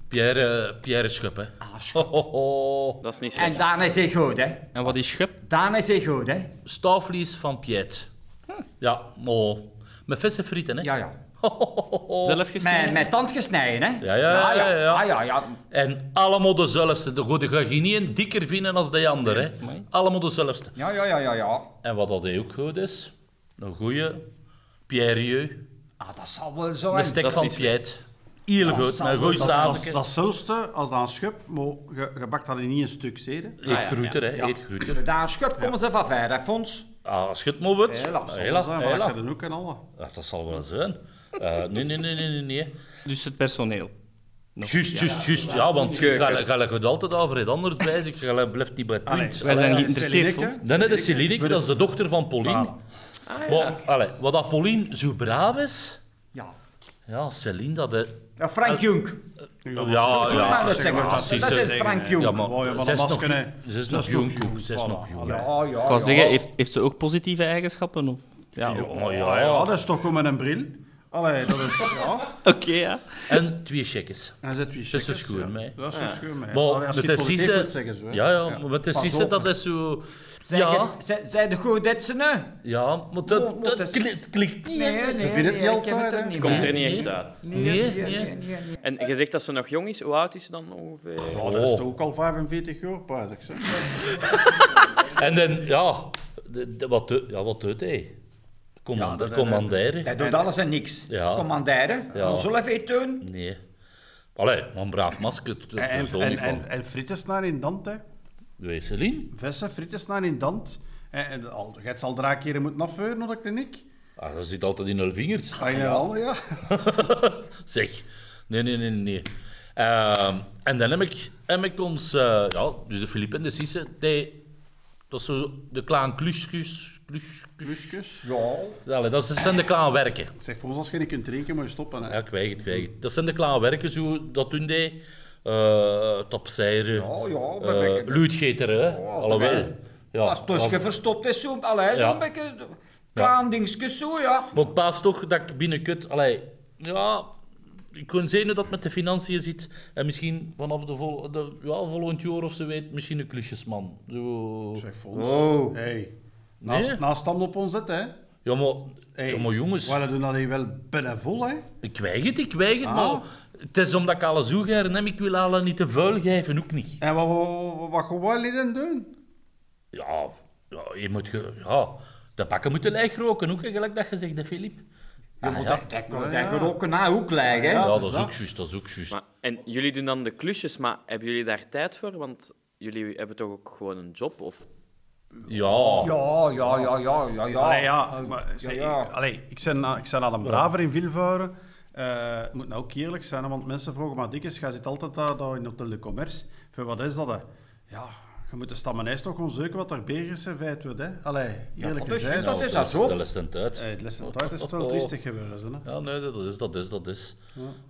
C: Pierre, eh, Pierre Schup, hè.
F: Ah, sch-
C: Ho, ho, ho.
B: Dat is niet
F: En
B: slecht.
F: Daan is hij goed, hè.
D: en wat is schep?
F: Daan is hij goed, hè.
C: Staafvlies van Piet. Ja, mooi. Met vissen frieten, hè.
F: Ja, ja.
D: Zelf
F: Met,
D: gesneden?
F: met tand gesneden, hè?
C: Ja, ja, ja,
F: ja.
C: ja, ja.
F: Ah, ja, ja.
C: En allemaal dezelfde. De goede ga je niet een dikker vinden als de ander.
D: Echt,
C: Hè.
D: man.
C: Allemaal dezelfde.
F: Ja, ja, ja, ja, ja.
C: En wat dat hij ook goed is, een goede Pierrieux.
F: Ah, dat zal wel zo
C: Een
F: zijn.
C: stek
B: dat
C: van
B: is-
C: Piet. Heel goed,
F: zal
C: met een goeie
A: Dat, is- dat, is-
C: sausje.
A: dat is zoste als dat een schub, maar je, je bakt dat in niet een stuk zeden.
C: Eet groeter, hè. Eet groeter.
F: Daar een schub komen ze van veilig, Fons.
C: Ah, schud maar wat.
F: Hela, zal
C: Hela,
A: Zo,
C: hela.
A: maar dat je dan ook en alle.
C: Ah, dat zal wel zijn. Eh, nee, nee, nee, nee, nee, nee.
D: Dus het personeel.
C: Juist, juist, juist. Ja, eh, want je gaat altijd Alfred anders bezig. Je blijft niet bij het
A: Allee,
C: punt.
D: Wij zijn
A: Celine-
D: geïnteresseerd,
A: Celine,
D: Fons.
C: Dan is de Celine, dat is de dochter van Pauline. Maar, allee, wat dat Pauline zo braaf is...
F: Ja.
C: Ja, Celine, dat... eh,
F: Ja, Frank Oh, Junk.
C: Ja,
A: maar-
C: ja,
F: Zullen we maar dat
A: ze
F: zeggen?
A: zeggen
F: Dat
C: dat ze
F: is
C: zeggen,
F: Frank Junk.
C: Ja,
A: Wou je wel
C: maar
A: een
C: ze is nog,
A: masker, hè?
C: ze is
A: Dat
C: nog
A: is nog
C: jong,
A: jong.
C: ook. ze is
A: Voilà.
C: nog jong.
A: Allee.
F: Ja, ja,
D: Ik wou
F: ja.
D: zeggen, heeft, heeft ze ook positieve eigenschappen? Of? Ja,
C: Ja,
D: ook.
C: maar
A: Ah,
C: Oh, ja,
A: ja, dat is toch gewoon met een bril. Allee, dat is... Ja.
D: oké, ja.
C: En twee checkers.
A: En zet wie
C: is
A: checkers,
C: schoon,
A: ja.
C: mee.
A: Dat is een schoon, mee.
C: Maar
A: Allee, als je
C: met
A: het
C: de
A: politiek
C: Sisse...
A: moet zeggen, zo, hè.
C: Ja, ja, maar met de
F: Pas
C: Sisse,
F: op.
C: dat is zo...
F: Zeg,
C: Ja,
F: ze- Zij de goede dat ze nu?
C: ja, maar
F: Mo-
C: dat,
F: moet
C: dat
F: het-
C: klikt, klikt niet. hè.
A: Ze vinden het niet
F: ik heb
A: altijd,
F: er
A: hè.
F: niet
B: Komt
F: bij.
B: er niet echt uit.
C: Nee,
F: nee,
C: nee.
F: nee, nee.
B: En je zegt dat ze nog jong is. Hoe oud is ze dan ongeveer?
A: Oh, dat is toch ook al 45 jaar, pas ik zeg.
C: En dan, ja, de- de- wat, doet- ja wat doet hij? Commande,
F: Hij
C: commandair.
F: doet alles en niks.
C: Ja.
F: Commanderen,
C: Ja.
F: ja. zullen even doen.
C: Nee. Allee, maar een braaf masker, dat
A: En,
C: dat is
A: en,
C: er ook
A: en,
C: niet
A: en,
C: van.
A: en frietensnaar in Dant, hè.
C: Weet Celine?
A: Vessen, frietensnaar in Dant. En, en al, jij zal drie keer moeten afvuren naar de kliniek.
C: Ah, dat zit altijd in haar vingers.
A: Ga je al, ja.
C: Zeg. Nee, nee, nee, nee. Ehm, en dan heb ik, heb ik ons, eh, ja, dus de Filip en de Sisse, die, dat is zo de klaan kluskus, klus,
A: Kuskus.
F: Ja.
C: Allee, dat, is- dat zijn de klaan werken.
A: Zeg, volgens als je niet kunt drinken, moet je stoppen, hè.
C: Ja, ik weet het, ik weet het. Dat zijn de klaan werken, zo, dat doen die. eh topzeiren,
F: Ja, Oh, ja,
C: eh,
F: dat weet ik.
C: luidgeteren, hè.
F: Ja,
C: alhoewel.
F: dat
C: Ja,
F: Als het tusje
C: maar-
F: verstopt is, zo'n
C: Ja.
F: allee, zo'n beetje... Klein dingetjes zo, ja.
C: maar ik paas toch dat ik binnenkort, allee, ja, ik kon zien hoe dat met de financiën zit. En misschien vanaf de, vol, de ja, volgend jaar of ze weet, misschien een klusjesman. Zo.
A: Zeg, Fons.
F: Oh.
A: Hey. Naast,
C: Nee.
A: naast tanden op ons zetten, hè.
C: Ja, maar,
A: Hey.
C: ja, maar jongens,
A: Maar dat doen dat hier wel binnen vol, hè.
C: ik weig het, ik weig het,
A: Ah.
C: maar het is omdat ik alles zo gaar neem, ik wil alle niet te vuil geven, ook niet.
A: En wat, wat, wat, wat gaan wij leren doen?
C: Ja, ja je moet, ge, ja, de bakken moeten leeg roken, ook hè, gelijk dat gezegd, hè, Filip. Ja,
F: Maar
C: ja.
F: dat, dat, dat gaat ook na hoek liggen, hè.
C: Ja,
A: dat
C: dat
A: is
C: is
A: dat.
C: ook juist, dat is ook juist.
B: Maar, en jullie doen dan de klusjes, maar hebben jullie daar tijd voor? Want jullie hebben toch ook gewoon een job? Of...
C: Ja,
F: Ja, ja, ja, ja, ja, ja.
A: Allee, ja, maar,
F: Oh. ja,
A: zeg,
F: ja.
A: Ik, allee, ik ben al- ik ben al een braver in Vilvoorde. Eh, Het moet nou ook eerlijk zijn, hè, want mensen vragen maar dikjes, jij zit altijd daar, daar in Hotel de Commerce. Voor wat is dat? Hè? Ja, je moet de stammenijs toch gewoon zoeken wat er bezig geserveerd wordt. Hè? Allee, eerlijk
F: dat is
A: gezegd.
F: juist, dat is dat zo.
C: Dat is ten tijd.
A: Eh, de laatste tijd is het wel triestig geweest. Hè?
C: Ja, nee, dat is, dat is, dat is.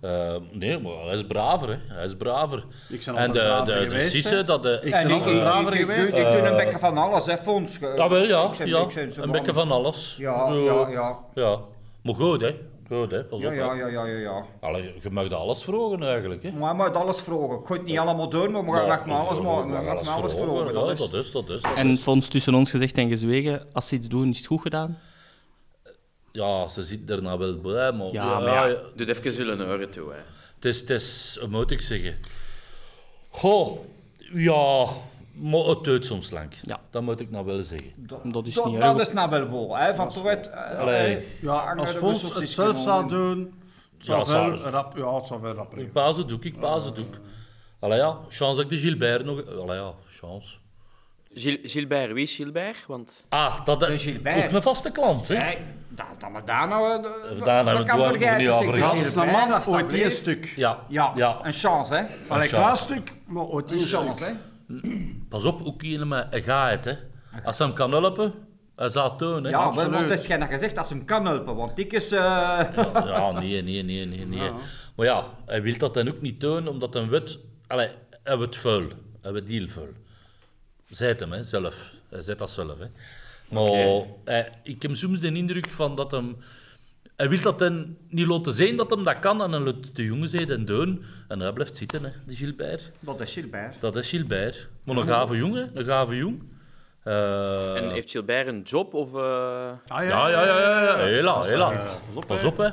C: Eh, nee, maar hij is braver, hè. Hij is braver.
A: Ik ben
C: en
A: altijd
C: de,
A: braver
C: de, de
A: geweest,
C: Sisse,
A: hè.
C: dat... De,
A: Ik
F: En
A: ben
F: ik, ik,
A: altijd braver
F: ik, ik,
A: geweest.
F: doe- ik doe een beetje van alles, hè, eh, Fons.
C: Eh. Ja, Ah, wel, ja.
F: Ik ben-
C: ja.
F: ik ben zo
C: een
F: van-
C: beetje van alles.
F: Ja,
C: Zo,
F: ja, ja.
C: ja. Maar goed, hè. Goed, hè. Pas
F: Ja,
C: op, hè.
F: ja, ja, ja, ja, ja.
C: Allee, je mag dat alles vragen, eigenlijk, hè.
F: Maar je moet alles vragen. Ik ga het niet allemaal doen, maar we gaan weg met alles, maar we
C: mag
F: gaan met alles vragen.
C: Ja,
F: Dat is...
C: dat is, dat is. dat
D: En
C: is.
D: Fons, tussen ons gezegd en gezwegen, als ze iets doen, is het goed gedaan.
C: Ja, ze zit daarna wel bij, maar...
D: Ja, maar ja.
C: ja.
B: Doe even zullen horen toe. Hè.
C: Het is, het is, hoe moet ik zeggen? Goh, ja, maar het doet soms lang.
D: Ja.
C: Dat moet ik nou wel zeggen.
D: Dat is
F: Dat,
D: niet
F: dat
D: erg.
F: is nou wel wel, hè, van eh, Toet.
C: Allee.
A: Ja, als
F: eh,
A: Fons het zelf zou doen, het zou
C: Ja, het
A: wel
C: zou-
A: rap- ja, het zou wel rap
C: Ik paas het ook, ik paas het ook. Allee ja, chance dat ik de Gilbert nog... Allee ja, chance.
B: Gil- Gilbert, wie is Gilbert? Want
C: Ah, dat
F: De
C: is
F: Gilbert.
C: ook een vaste klant, hè?
F: Dat, dat maar daar nou... eh,
C: Daar nou,
F: dat kan
C: daar
F: vergeten,
C: moeten we niet
F: zeg.
C: over
F: Dat
C: gaan.
A: Als
F: is
A: een
F: erbij, dat
A: man
F: is
A: ooit
F: erbij.
A: één stuk.
C: Ja.
F: Ja,
C: ja.
F: een chance, hè.
A: Allee,
C: Een
A: een klein stuk, maar ooit één
F: Een
A: stuk.
F: chance, hè.
C: Pas op, ook hier met een gaait, hè. Als ze hem kan helpen, hij zou het doen, hè?
F: Ja, wel,
A: absoluut.
F: want het is geen gezegd dat ze hem kan helpen, want ik is... eh,
C: Ja, nee, nee, nee, nee, nee. Maar ja, hij wil dat dan ook niet doen, omdat hij weet... Allee, hij wordt vuil. Hij wordt heel vuil. Zijt hem, hè, zelf. Hij zet dat zelf, hè. Maar hij- ik heb soms de indruk van dat hem... Hij wil dat dan niet laten zien dat hem dat kan en hij laat de jongen zijn en doen. En hij blijft zitten, hè, de Gilbert.
F: Dat is Gilbert.
C: Dat is Gilbert. Maar een gave jongen, een gave jong. Eh,
B: en heeft Gilbert een job? Of, eh,
A: Ah,
C: ja, ja, ja, ja, ja. Hela, hela. Pas op, hè.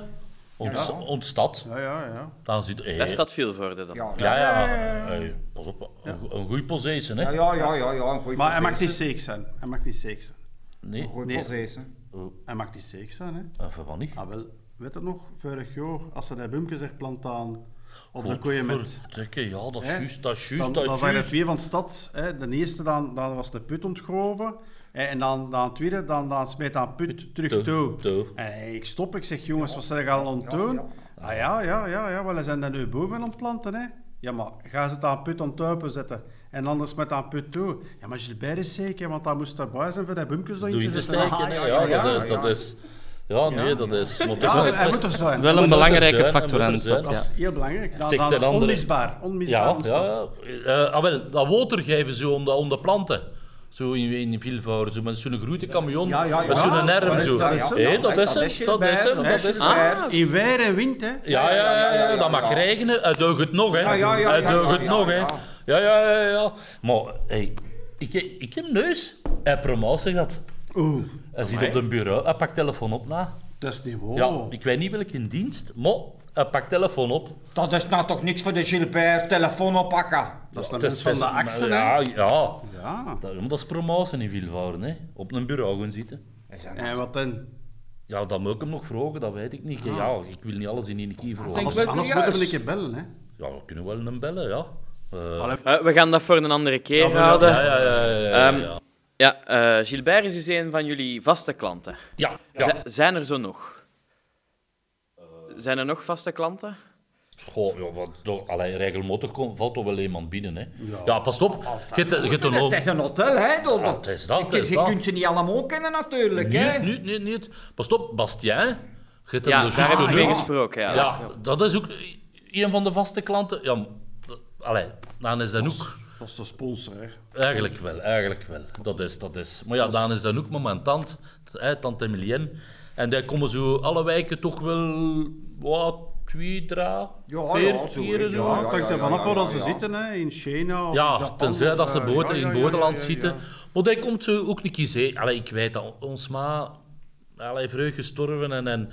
C: Ons,
A: Ja.
C: ons stad.
A: Ja, ja, ja.
C: Dan zit... Hey,
B: Bij Stad Vilvoorde dan.
F: Ja,
C: Ja, ja. Hey, pas op. Een, een goede possession, hè.
F: ja, ja, ja, ja, ja, een goeie
A: Maar hij mag niet
F: possees,
A: zeek zijn. Hij mag niet zeek zijn.
C: Nee,
F: hè. Een goeie
A: Nee.
F: possees, hè.
A: Hij mag niet zeek zijn, hè.
C: even van niet.
A: Ah, wel. Weet het nog? Vorig jaar, als ze dat bumke zegt, plantaan op de koeien met...
C: Godverdikke, ja, dat is
A: Hè?
C: juist, dat is
A: Dan,
C: juist,
A: dan
C: dat is
A: waren er
C: juist.
A: twee van de stad. Hè. De eerste dan, dan was de put ontgroven. Hè, En dan, dan de tweede, dan, dan smeet aan put terug
C: Toe,
A: toe.
C: toe.
A: En hey, ik stop, ik zeg, jongens, wat zijn we gaan
F: ja,
A: ontdoen?
F: ja.
A: Ah ja, ja, ja, ja, wel, we zijn dat nu boven ontplanten, hè. Ja, maar ga ze het aan put onttuipen zetten en anders met aan put toe. Ja, maar Gilbert is zeker, want daar moest erbij zijn voor die bumpjes
C: Doe
A: erin
C: je te
A: zetten.
C: steken, hè.
F: ja,
C: Ja,
F: ja,
C: dat is-
F: ja,
C: dat
F: ja.
C: is... Ja, nee, dat is... maar dat is
A: Ja,
C: wel-
A: hij moet er zijn.
D: Wel een
C: moet er
D: belangrijke
C: zijn,
D: factor
C: hij
D: aan de
C: moet er
D: stad,
A: Dat
D: ja.
A: is heel belangrijk. Dan,
C: Zegt
A: dan,
C: een andere-
A: Onmisbaar, onmisbaar
C: Ja,
A: aan de
C: ja.
A: stad.
C: ja. Eh, ah, wel, dat water geven ze om de, om de planten. Zo in, in Vilvoorde, zo met zo'n grote camion,
F: Ja, ja, ja.
C: met zo'n
A: Ja,
C: erm
A: dat is-
C: zo.
A: dat is zo.
C: Hé, dat
F: Ja,
C: is hem, dat is hem, dat is
B: Ah.
F: Gilbert.
A: In weer en wind, hè.
C: Ja, ja, ja, ja,
F: ja, ja,
C: dat mag
F: ja.
C: regenen. Het deugt het nog, hè.
F: Ja, ja, ja,
C: het
F: ja,
C: deugt
F: ja,
C: het
F: ja,
C: nog, hè.
F: ja.
C: Ja, ja, ja, ja. Maar, hey, ik, ik heb neus. Hij promotie gehad.
A: Oeh,
C: Hij zit op een bureau, hij pakt telefoon op na.
A: dat is niet waar.
C: Ja, ik weet niet welke dienst, maar hij pakt telefoon op.
F: Dat is nou toch niks voor de Gilbert, telefoon oppakken.
A: Dat is
C: Het
A: de mens van de
C: het is-
A: aksen, hè.
C: Ja, ja.
A: Ja.
C: Dat, dat is promotie in Vilvoorde, hè. Op een bureau gaan zitten.
A: En wat dan?
C: Ja, dat moet ik hem nog vragen, dat weet ik
A: Ah.
C: niet. Ja, ik wil niet alles in één keer vragen.
A: Anders,
F: wel
A: anders
F: curieus.
A: moeten we een keer bellen, hè.
C: Ja, we kunnen wel hem bellen, ja. Eh,
A: Allee,
B: Eh, we gaan dat voor een andere keer
A: maar-
B: houden.
C: ja, ja, ja, ja, ja,
B: Ehm,
C: ja.
B: Ja, eh, Gilbert is dus een van jullie vaste klanten.
C: Ja, ja.
B: Z- zijn er zo nog? Zijn er nog vaste klanten?
C: Goh, ja, wat, toch, allee, regelmatig komt, valt toch wel iemand binnen, hè? Ja, pas op. Je hebt- je hebt een oom.
F: Het is een hotel, hè, Dodo?
C: Ja, het is dat, het
F: Je,
C: is
F: je
C: dat.
F: kunt ze niet allemaal kennen, natuurlijk, hè.
C: Niet, niet, niet, niet. Pas op, Bastien. Je hebt
B: Ja,
C: hem er
B: daar
C: juist
B: heb ik
C: genoemd.
B: mee gesproken. Ja.
C: Ja, dat is ook een van de vaste klanten. Ja, dat- allee, dan is dat ook.
A: Dat is de sponsor, hè.
C: Eigenlijk wel, eigenlijk wel. Dat is, dat is. Maar ja, dan is dat ook met mijn tante, hè, tante Emilienne. En daar komen zo alle wijken toch wel, wat, twee, drie,
F: ja,
C: vier,
F: zo,
C: vier,
F: ja,
C: zo.
A: Ja, het hangt
F: ja,
A: er vanaf
F: ja,
A: waar
F: ja,
A: dat ze
F: ja.
A: zitten, hè. In China of in
C: Ja,
A: Japan
C: tenzij
A: of,
C: dat ze
A: eh,
C: boten,
A: ja, ja,
C: in
A: ja,
C: botenland
A: ja, ja,
C: zitten. Maar dat komt zo ook niet eens. hè. Allee, ik weet dat ons ma allerlei vreugd gestorven en, en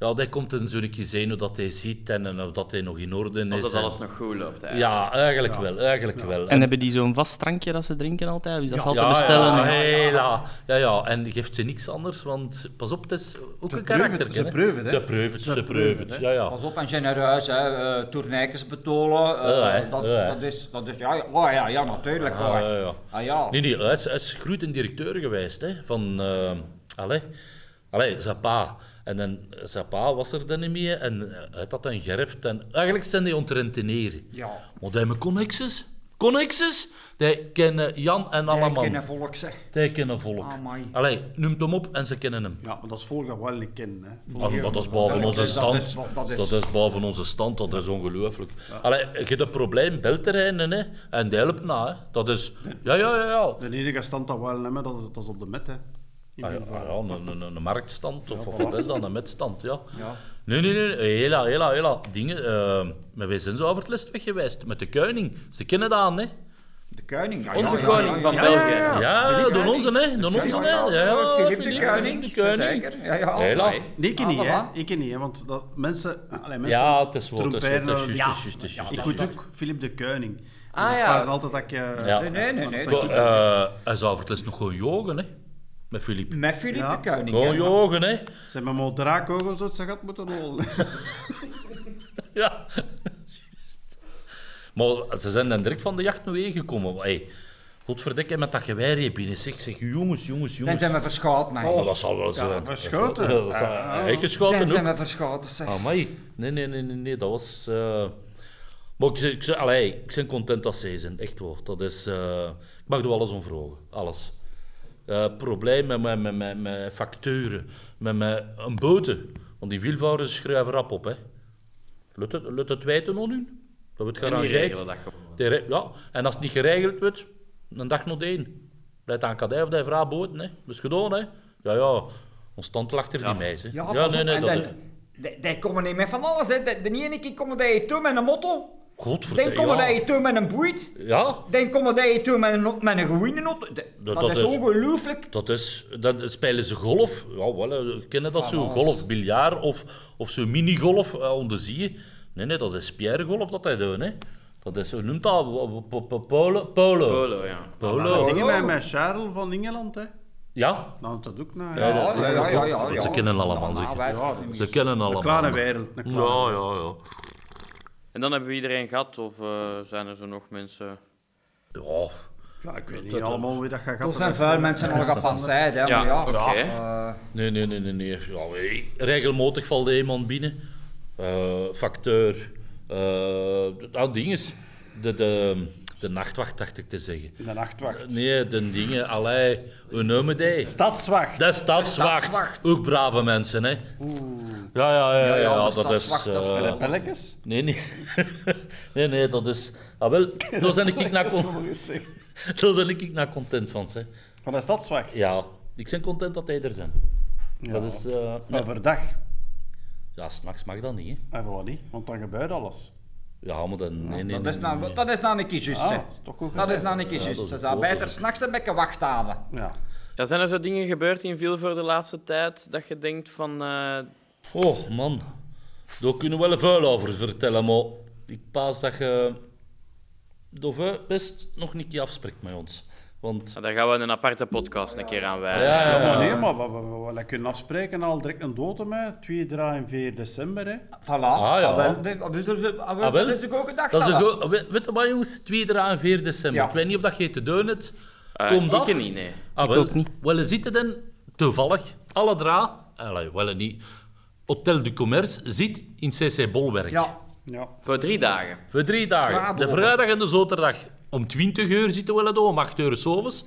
C: ja, dat komt dan zo niet eens hè, hoe dat hij ziet en, en of dat hij nog in orde is.
B: Of dat
C: en-
B: alles nog goed loopt. Eigenlijk.
C: Ja, eigenlijk wel, eigenlijk wel.
D: En hebben die zo'n vast drankje dat ze drinken altijd? Of is dat ze altijd
C: ja,
D: bestellen?
C: Ja, hela. ja, ja, en geeft ze niks anders, want pas op, het is ook een karakter.
A: ze preuven het, hè.
C: Ze preuven het, ze preuven het, ja, ja.
F: Pas op, en genereus, hè. eh, tournijkes betolen. eh,
C: Ja, hè.
F: dat,
C: Ja, hè.
F: dat is... Dat is ja, ja, oh, ja, ja, natuurlijk.
C: Ja, eh,
F: hoor.
C: ja, ja.
F: Ah, ja.
C: Nee, nee, hij is, hij is groeit een directeur geweest, hè, van... eh allee, allee, zijn pa. En dan, zijn pa was er dan niet meer en eh, hij had een gerft. En eigenlijk zijn die ontrenteneren.
F: Ja.
C: Maar die hebben connexes. Connexes? Die kennen Jan en
F: Kijk
C: Alleman.
F: in een volk, zeg.
C: Die kennen volk.
F: Amai.
C: Allee, noemt hem op en ze kennen hem.
A: Ja, maar dat is volgens wel niet kennen, hè.
C: Ah, maar dat is boven
F: dat
C: onze
F: is- dus dat is-
C: stand.
F: dat is-
C: Dat is boven onze stand, dat is ongelooflijk. Allee, je hebt een probleem, belt er een hè, en die helpt na. Hè. Dat is... Ja, ja, ja. ja.
A: De enige stand dat we wel hebben, dat is, dat is op de met, hè. In
C: Ah, ja,
A: Bilbao.
C: ah, ja, een, een, een marktstand, of, of wat is dat, een metstand, ja. Nee, nee, nee, hela, hela, hela. Dingen, eh, maar wij zijn zo over het list weg geweest, met de kuining. Ze kennen dat aan, hè.
F: De Kuining. ja,
B: Onze
F: ja, ja,
B: koning
F: ja,
B: van
F: ja.
B: België.
C: Ja, door onze, hè. Door
F: Ja,
C: onze,
F: ja,
C: hè.
F: ja, ja, Philippe de Kuining.
C: Philippe de Kuining.
F: Zeker, ja, ja.
C: Hela.
B: Amai.
A: Nee, ik
F: Ah,
A: niet, hè.
F: voilà.
A: Ik niet, hè. Want dat, mensen... Allee, mensen
C: Ja, het is wel, het is wel, het
A: tromperen-
C: is juist, het is juist, het is juist.
A: eh, Ik moet ook Philip de Kuining.
B: Ah,
A: Ik
B: ja.
A: was altijd dat ik... eh,
C: Ja.
F: Nee, nee, nee. nee.
C: Maar, eh, hij zou voor het eerst nog gewoon jogen, hè? Met Philippe.
F: Met Philippe
A: Ja.
F: de Kuining.
C: Gewoon
F: ja.
C: jogen, hè?
A: Ze hebben me al draakogels uit zijn gat moeten holen.
C: Ja. maar ze zijn dan direct van de jacht naar wegen gekomen. Hey, godverdikke met dat geweer hier binnen. Zeg, Ik zeg, jongens, jongens,
F: Dan
C: jongens.
F: zijn we verschoten, man.
C: Oh, dat zal wel zijn.
A: verschoten.
C: Ja, dat zal-
B: Ah,
C: Hij
F: Dan
C: geschoten
F: zijn
C: ook. Ah.
F: we verschoten, zeg.
C: Amai. Nee, nee, nee, nee, nee, dat was... eh, Maar ik, zeg- ik, zeg, allee, ik ben content dat zij zijn, echt waar. Dat is... eh, Ik mag er alles om vragen, alles. Eh probleem met, met, met, met, met facturen, met, met een boete. Want die wielvouders schrijven rap op, hè. Lut het, lut het wijten nog doen? Dat wordt
B: En die
C: gerangeerd.
B: regelen dat gewoon.
C: Die re- Ja, en als het niet geregeld wordt, een dag nog één. Blijft aan kadij of die vraagt boten, hè. Dat is gedaan, hè. Ja, ja, ons stand lag er niet mee, hè.
F: Ja, pas op. en
C: dat-
F: dan, die, die komen niet met van alles. Hè. De, de ene keer komen die toe met een motto. Dan
C: Godverdomme.
F: komen
C: Ja.
F: dat je toe met een boeit.
C: ja,
F: Dan komen dat je toe met een, met een gewone auto. Dat,
C: Dat-
F: dat
C: dat
F: is
C: is-
F: ongelooflijk.
C: dat is... Dan spelen ze golf. Ja, wel, hè. we kennen dat zo. Golf, biljaar of, of zo'n minigolf eh, onder zee. Nee, nee, dat is Pierre-golf dat hij doet, hè. Dat is... Hoe noemt dat? Polo? Polo. Polo.
B: Polo, ja.
F: Ah,
A: Dat
C: Polo.
A: ding met, met Charles van Engeland, hè.
C: Ja,
A: Nou, dat doet ook naar.
C: Ja,
A: Ja,
C: dat-
F: ja, ja, ja, ja, ja.
C: ze kennen allemaal,
F: Nou,
C: zeg.
F: wij-
C: Ze kennen allemaal.
A: Een eh, kleine wereld. Een kleine
C: Ja,
A: wereld.
C: ja, ja.
B: En dan hebben we iedereen gehad, of eh, zijn er zo nog mensen?
C: Ja,
A: Ja, ik weet niet
C: Dat-
A: allemaal wie dat gaat
F: Er zijn veel mensen al gepasseerd. hè,
B: Ja,
F: maar ja.
B: oké.
F: eh,
C: nee, nee, nee, nee. nee. Ja, hey, regelmatig valt er iemand binnen. Eh, facteur. Eh dat ding is. De, de, de nachtwacht, dacht ik te zeggen.
A: De nachtwacht.
C: Nee, de dingen. Allee, hoe noemen die?
A: Stadswacht.
C: De stadswacht.
F: stadswacht.
C: Ook brave mensen, hè? Ja, ja, ja, ja,
F: ja, de
C: dat is.
F: stadswacht, dat is
C: eh,
A: De pelletjes.
C: nee, nee. nee, nee, dat is. Ah, wel, daar ben ik, naar con- daar ben ik naar content van, hè?
A: Van de stadswacht.
C: Ja, ik ben content dat hij er zijn. Dat is. eh,
A: Overdag.
C: Ja, s'nachts mag dat niet. Hè.
A: En voilà niet, want dan gebeurt alles.
C: Ja, maar dan. Nee, nee,
F: Dat is
C: nee,
F: nou-
C: nee.
F: Dat is nou een keer juist,
A: Ah,
F: hè.
A: dat is toch goed
F: Dat
A: gezegd.
F: is nou een keer
C: Ja,
F: juist.
C: dat is
F: Ze
C: een
F: zou
C: goeie.
F: beter s'nachts een beetje wacht houden.
A: Ja.
B: Ja, zijn er zo dingen gebeurd in veel voor de laatste tijd dat je denkt van... eh,
C: Oh, man. Daar kunnen we wel vuil over vertellen, maar ik paas dat je. Dove best nog niet keer afspreekt met ons. Want.
B: Nou, daar gaan we een aparte podcast een keer aan wijden.
C: Ja,
A: Ja,
C: ja,
A: maar nee, maar we, we, we- we kunnen afspreken al direct een dood met 2, 3 en 4 december. Hè.
F: Voilà.
C: Ah, ja.
F: Ah, wel, de- ah, wel, dat- ah, wel,
C: Ah, wel.
F: Dat is ook ook gedacht.
C: Dat is een
F: hè.
C: go- We- Weet je wat, jongens? 2, 3 en 4 december.
F: Ja.
C: Ik weet niet of dat je te doen hebt.
B: Eh, ik
C: Komt af.
B: niet, nee.
C: Ah, wel,
D: ook niet.
C: Wel, zitten dan toevallig, alle dra, allee, wel niet, Hotel du Commerce zit in CC Bolwerk.
F: Ja.
A: Ja.
B: Voor drie dagen.
C: Voor drie
F: Dra
C: dagen. De
F: door.
C: vrijdag en de zaterdag om 20 uur zitten we door, om 8 uur s'avonds.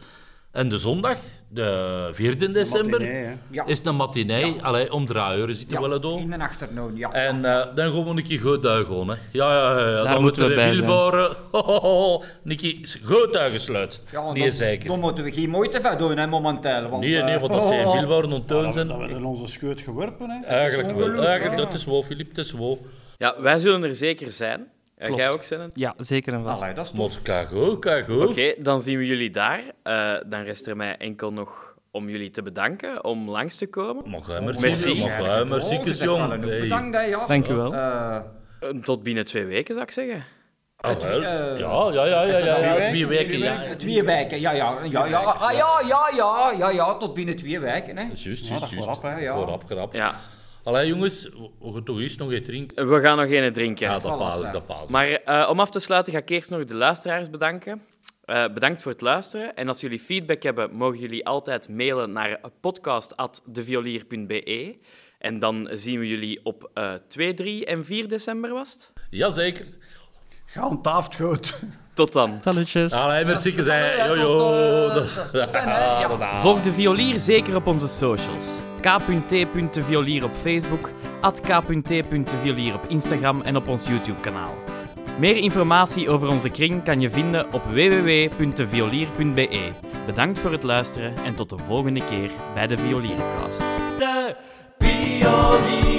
C: En de zondag, de 4 december,
A: matinee, hè.
F: Ja.
C: is een matinee. Allee, om 3 uur zitten
F: Ja,
C: we door.
F: in de achternoon, ja.
C: En eh, dan gaan we een keer getuigen gewoon, hè. Ja, ja, ja. ja.
D: Daar
C: Dan
D: moeten
C: moeten
D: we
C: we
D: bij
C: veel
D: zijn.
C: voor... Uh, Nicky, getuigensluit.
F: ja, en
C: nee,
F: dan,
C: zeker.
F: Dan moeten we geen moeite voor doen, hè, momenteel. Want,
C: nee, nee,
F: eh,
C: want dat zijn veel voor een tuin
A: Dat, we- dat
C: zijn.
A: we in onze scheut geworpen. Hè.
C: Eigenlijk wel.
F: ongelooflijk,
C: Eigenlijk,
F: ja.
C: dat is wel, Filip, dat is wel.
B: Ja, wij zullen er zeker zijn. Ja, jij ook, zijn
D: Ja, zeker en vast.
F: Allee, dat is tof.
C: Maar kijk ook, kijk ook.
B: Oké, dan zien we jullie daar. Eh, dan rest er mij enkel nog om jullie te bedanken om langs te komen.
C: Mag jij maar
B: Merci.
C: zien, mag jij maar
F: Oh,
C: zien,
F: je zegt
C: jong.
F: wel een
C: Hey.
F: Bedankt, hè, ja.
D: Dank u wel.
F: Eh,
B: Eh, tot binnen twee weken, zou ik zeggen.
C: Ah, wel.
F: eh,
C: Ja, ja, ja, ja, ja,
F: twee
C: ja. Twee
F: weken,
C: weken, ja.
F: het Twee wijken, ja, ja, ja, ja, ah, ja, ja, ja, ja, ja, tot binnen twee wijken, hè.
C: Juist,
A: Ja,
C: juist,
A: dat
C: juist.
A: voorop, hè,
F: ja.
C: Voorop, grap.
B: Ja,
C: Allee, jongens, we we gaan toch eens nog eens drinken.
B: we gaan nog geen drinken.
C: Ja, dat
F: voilà,
C: paal
F: zeg.
C: ik, dat paal ik.
B: Maar eh, om af te sluiten ga ik eerst nog de luisteraars bedanken. Eh, bedankt voor het luisteren. En als jullie feedback hebben, mogen jullie altijd mailen naar podcast.deviolier.be. En dan zien we jullie op eh 2, 3 en 4 december, was het?
C: Jazeker.
A: Gehandhaafd goed.
B: Tot dan.
D: Salutjes.
C: Allee, merci gezegd.
F: tot,
C: Jojo.
F: eh,
C: Da- da- da.
B: Volg De Violier zeker op onze socials. k.t.deviolier op Facebook, at k.t.deviolier op Instagram en op ons YouTube-kanaal. Meer informatie over onze kring kan je vinden op www.deviolier.be. Bedankt voor het luisteren en tot de volgende keer bij de Violiercast.
E: de pionier.